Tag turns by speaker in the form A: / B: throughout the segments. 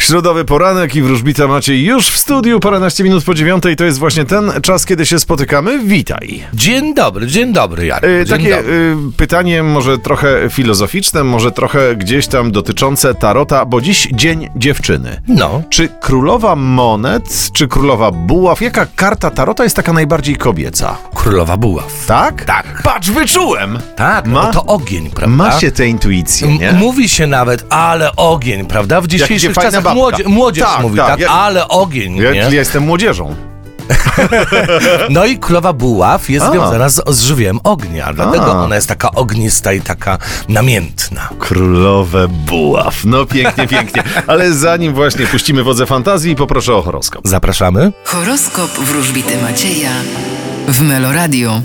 A: Środowy poranek i wróżbita macie już w studiu, paranaście minut po dziewiątej. To jest właśnie ten czas, kiedy się spotykamy. Witaj.
B: Dzień dobry, dzień dobry, Jarek.
A: E,
B: dzień
A: takie
B: dobry.
A: e, pytanie może trochę filozoficzne, może trochę gdzieś tam dotyczące tarota, bo dziś Dzień Dziewczyny.
B: No,
A: Czy królowa monet, czy królowa buław, jaka karta tarota jest taka najbardziej kobieca?
B: królowa buław.
A: Tak?
B: Tak.
A: Patrz, wyczułem!
B: Tak,
A: Ma-
B: bo to ogień, prawda?
A: Ma się tę intuicję,
B: M-
A: nie?
B: Mówi się nawet, ale ogień, prawda? W
A: idzie
B: dzisiejszych
A: fajna
B: czasach
A: babka.
B: młodzie, młodzież
A: Tak,
B: mówi,
A: tak,
B: tak,
A: ja-
B: ale ogień,
A: ja, ja
B: nie?
A: jestem młodzieżą.
B: No i królowa buław jest
A: A.
B: związana z, z żywiem ognia, dlatego ona jest taka ognista i taka namiętna.
A: Królowe buław. No pięknie, pięknie. Ale zanim właśnie puścimy wodze fantazji, poproszę o horoskop.
B: Zapraszamy.
C: Horoskop wróżbity Macieja w Meloradio.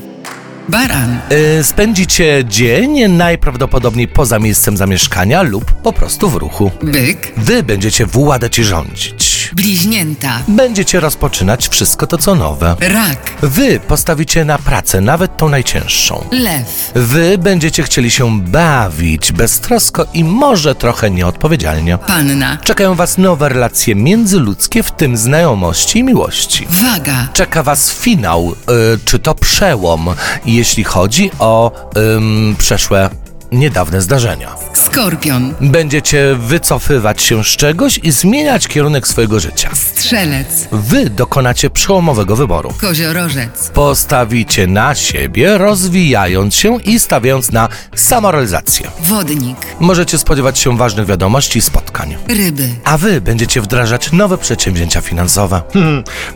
C: Baran,
B: Y, Spędzicie dzień najprawdopodobniej poza miejscem zamieszkania lub po prostu w ruchu.
C: byk,
B: Wy będziecie władać i rządzić.
C: bliźnięta,
B: Będziecie rozpoczynać wszystko to, co nowe.
C: rak,
B: Wy postawicie na pracę, nawet tą najcięższą.
C: lew,
B: Wy będziecie chcieli się bawić beztrosko i może trochę nieodpowiedzialnie.
C: panna,
B: Czekają Was nowe relacje międzyludzkie, w tym znajomości i miłości.
C: waga,
B: Czeka Was finał, y, czy to przełom, jeśli chodzi o ym, przeszłe niedawne zdarzenia.
C: skorpion,
B: Będziecie wycofywać się z czegoś i zmieniać kierunek swojego życia.
C: strzelec,
B: Wy dokonacie przełomowego wyboru.
C: koziorożec,
B: Postawicie na siebie, rozwijając się i stawiając na samorealizację.
C: wodnik,
B: Możecie spodziewać się ważnych wiadomości i spotkań.
C: ryby,
B: A wy będziecie wdrażać nowe przedsięwzięcia finansowe.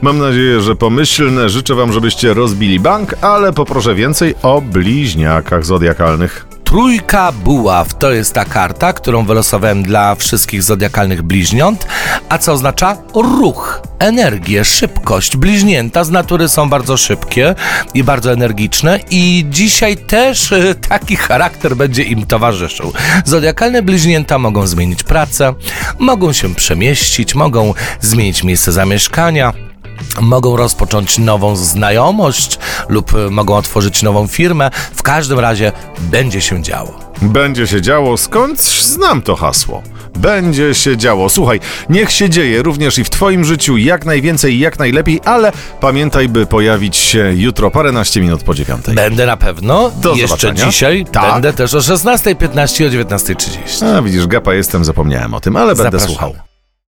A: Mam nadzieję, że pomyślne. Życzę wam, żebyście rozbili bank, ale poproszę więcej o bliźniakach zodiakalnych.
B: Trójka buław to jest ta karta, którą wylosowałem dla wszystkich zodiakalnych bliźniąt, a co oznacza ruch, energię, szybkość. Bliźnięta z natury są bardzo szybkie i bardzo energiczne i dzisiaj też e, taki charakter będzie im towarzyszył. Zodiakalne bliźnięta mogą zmienić pracę, mogą się przemieścić, mogą zmienić miejsce zamieszkania. Mogą rozpocząć nową znajomość lub e, mogą otworzyć nową firmę. W każdym razie będzie się działo.
A: Będzie się działo, skąd znam to hasło. Będzie się działo. Słuchaj, niech się dzieje również i w Twoim życiu jak najwięcej i jak najlepiej, ale pamiętaj, by pojawić się jutro paręnaście minut po dziewiątej.
B: Będę na pewno.
A: Tak. Do
B: Jeszcze
A: zobaczenia.
B: dzisiaj
A: Tak.
B: będę też o 16.15 i o 19.30.
A: A widzisz, gapa jestem, zapomniałem o tym, ale będę
B: Zapraszam.
A: słuchał.